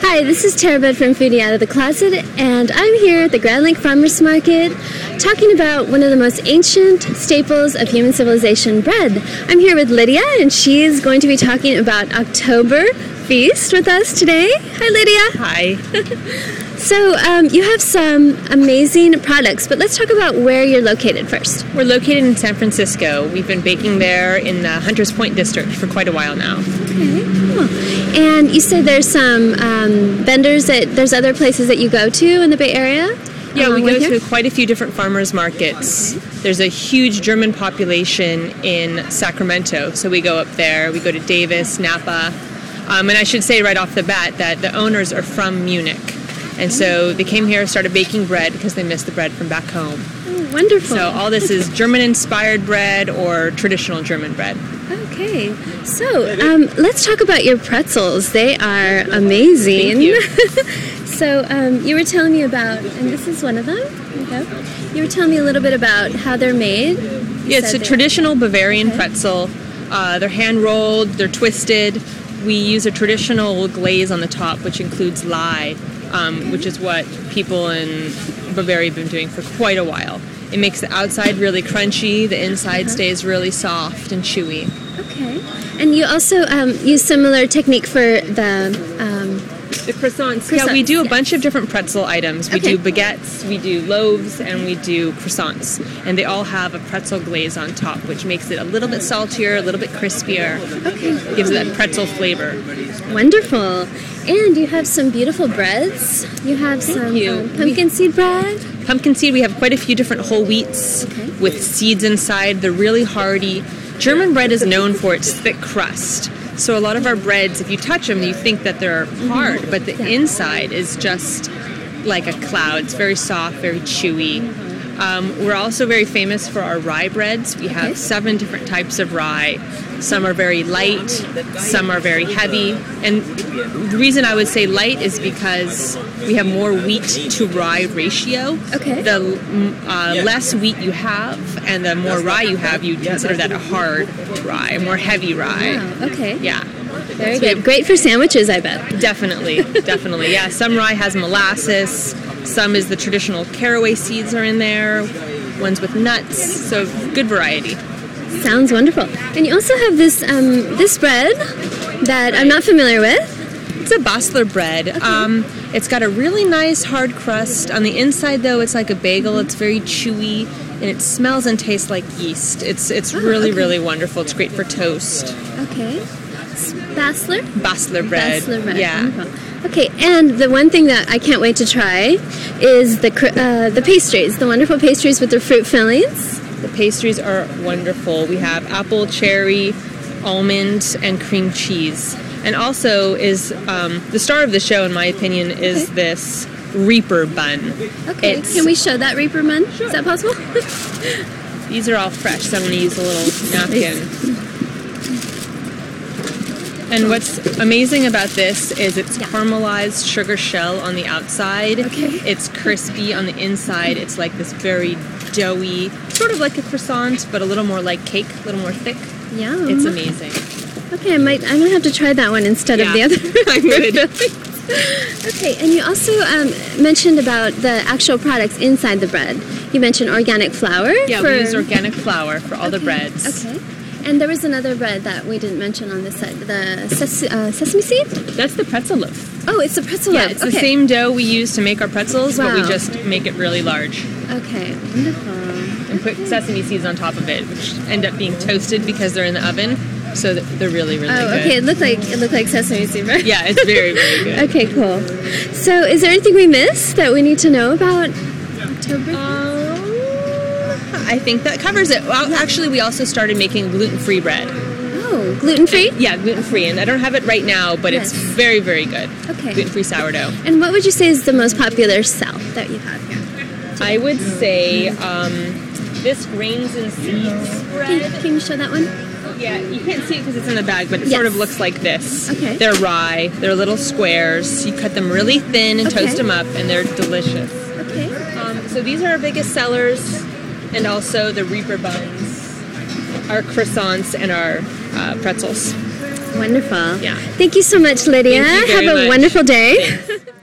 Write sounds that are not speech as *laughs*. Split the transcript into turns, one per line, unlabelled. Hi, this is Terabed from Foodie Out of the Closet, and I'm here at the Grand Lake Farmers Market talking about one of the most ancient staples of human civilization bread. I'm here with Lydia, and she's going to be talking about October Feast with us today. Hi, Lydia.
Hi.
So, um, you have some amazing products, but let's talk about where you're located first.
We're located in San Francisco. We've been baking there in the Hunters Point district for quite a while now. Mm-hmm.
And you said there's some um, vendors that there's other places that you go to in the Bay Area?
Yeah, Uh, we
along with
go
here?
to quite a few different farmers markets. There's a huge German population in Sacramento, so we go up there. We go to Davis, Napa. Um, and I should say right off the bat that the owners are from Munich. And so they came here, started baking bread because they missed the bread from back home.
Oh, wonderful.
So all this is German inspired bread or traditional German bread.
Okay, so um, let's talk about your pretzels. They are amazing.
Thank you.
*laughs* so um, you were telling me about, and this is one of them. Here we go. You were telling me a little bit about how they're made.
Yeah, it's a
said that-
traditional Bavarian
Okay.
pretzel. Uh, they're hand rolled, they're twisted. We use a traditional glaze on the top, which includes lye, um, which is what people in Bavaria have been doing for quite a while. It makes the outside really crunchy, the inside
Uh-huh.
stays really soft and chewy.
Okay, and you also um, use similar technique for the. Um,
The croissants.
Croissants,
yeah, we do a
yeah.
bunch of different pretzel items. We
Okay.
do baguettes, we do loaves, and we do croissants. And they all have a pretzel glaze on top, which makes it a little bit saltier, a little bit crispier.
okay,
Gives it that pretzel flavor.
uh, wonderful. And you have some beautiful breads. You have some
you.
um, pumpkin seed bread.
Pumpkin seed, we have quite a few different whole wheats
Okay.
with seeds inside. They're really hearty. German bread is known for its thick crust. So a lot of our breads, if you touch them, you think that they're
Mm-hmm.
hard, but the inside is just like a cloud. It's very soft, very chewy. Um, we're also very famous for our rye breads. We have
Okay.
seven different types of rye. Some are very light, some are very heavy. And the reason I would say light is because we have more wheat to rye ratio.
Okay.
The mm, uh, less wheat you have and the more rye you have, you consider that a hard rye, a more heavy rye.
Wow. Okay.
Yeah.
Very good. Great for sandwiches, I bet.
Definitely, definitely. Yeah, some rye has molasses. Some is the traditional caraway seeds are in there. Ones with nuts. So good variety.
Sounds wonderful. And you also have this um, this bread that I'm not familiar with.
It's a Basler bread. Um, it's got a really nice hard crust. On the inside, though, it's like a bagel. It's very chewy, and it smells and tastes like yeast. It's it's really
okay.
really wonderful. It's great for toast.
Okay. S- Basler?
Basler bread. Mm-hmm.
Basler bread.
Yeah.
Wonderful. Okay, and the one thing that I can't wait to try is the cr- uh, the pastries, the wonderful pastries with the fruit fillings.
The pastries are wonderful. We have apple, cherry, almond, and cream cheese. And also is um, the star of the show, in my opinion, is
Okay.
this Reaper bun.
Okay,
It's-
can we show that Reaper Mun? Is that possible? *laughs*
These are all fresh, so I'm going to use a little napkin. And what's amazing about this is it's caramelized sugar shell on the outside.
Okay.
It's crispy on the inside. It's like this very doughy, sort of like a croissant, but a little more like cake, a little more thick.
Yum.
It's amazing.
Okay, I might I'm gonna have to try that one instead
Yeah. *laughs*
of the other. *laughs*
I would.
Okay, and you also um, mentioned about the actual products inside the bread. You mentioned organic flour.
Yeah,
for-
we use organic flour for all the breads.
Okay. And there was another bread that we didn't mention on this side, the ses- uh, sesame seed?
That's the pretzel loaf.
Oh, it's a pretzel
Yeah,
loaf.
it's
okay.
the same dough we use to make our pretzels, but
Wow.
we just make it really large
Okay, wonderful.
and put sesame seeds on top of it, which end up being toasted because they're in the oven. So th- they're really, really
Oh,
good.
okay. It looked like it looked like sesame seed bread.
Yeah, it's very, *laughs* very
*laughs*
good.
Okay, cool. So, is there anything we missed that we need to know about October?
Um, I think that covers it. Well, actually, we also started making gluten-free bread.
oh, gluten free.
Yeah, gluten-free, and Um, I don't have it right now, but it's
Yes.
very, very good.
Okay.
Gluten-free sourdough.
And what would you say is the most popular cell that you have here?
I would say um, this grains and seeds bread.
Can, can you show that one?
Yeah, you can't see it because it's in the bag, but it sort
Yes.
of looks like this.
Okay.
They're rye. They're little squares. You cut them really thin and
Okay.
toast them up, and they're delicious.
Okay.
Um, so these are our biggest sellers, and also the Reaper buns, our croissants, and our uh, pretzels. Wonderful.
Yeah.
Thank you so much, Lydia.
Thank you
Have
very
a
much.
wonderful day.